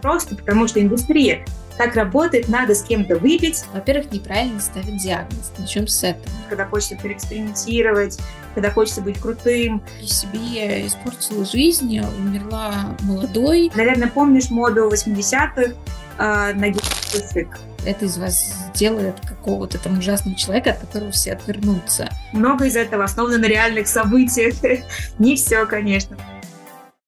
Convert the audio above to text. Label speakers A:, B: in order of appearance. A: просто, потому что индустрия так работает, надо с кем-то выпить.
B: Во-первых, неправильно ставить диагноз. Начнем с этого.
A: Когда хочется переэкспериментировать, когда хочется быть крутым.
B: И себе испортила жизнь, умерла молодой.
A: Наверное, помнишь моду 80-х э, на гипотетик.
B: Это из вас делает какого-то там ужасного человека, от которого все отвернутся.
A: Много из этого основано на реальных событиях. Не все, конечно.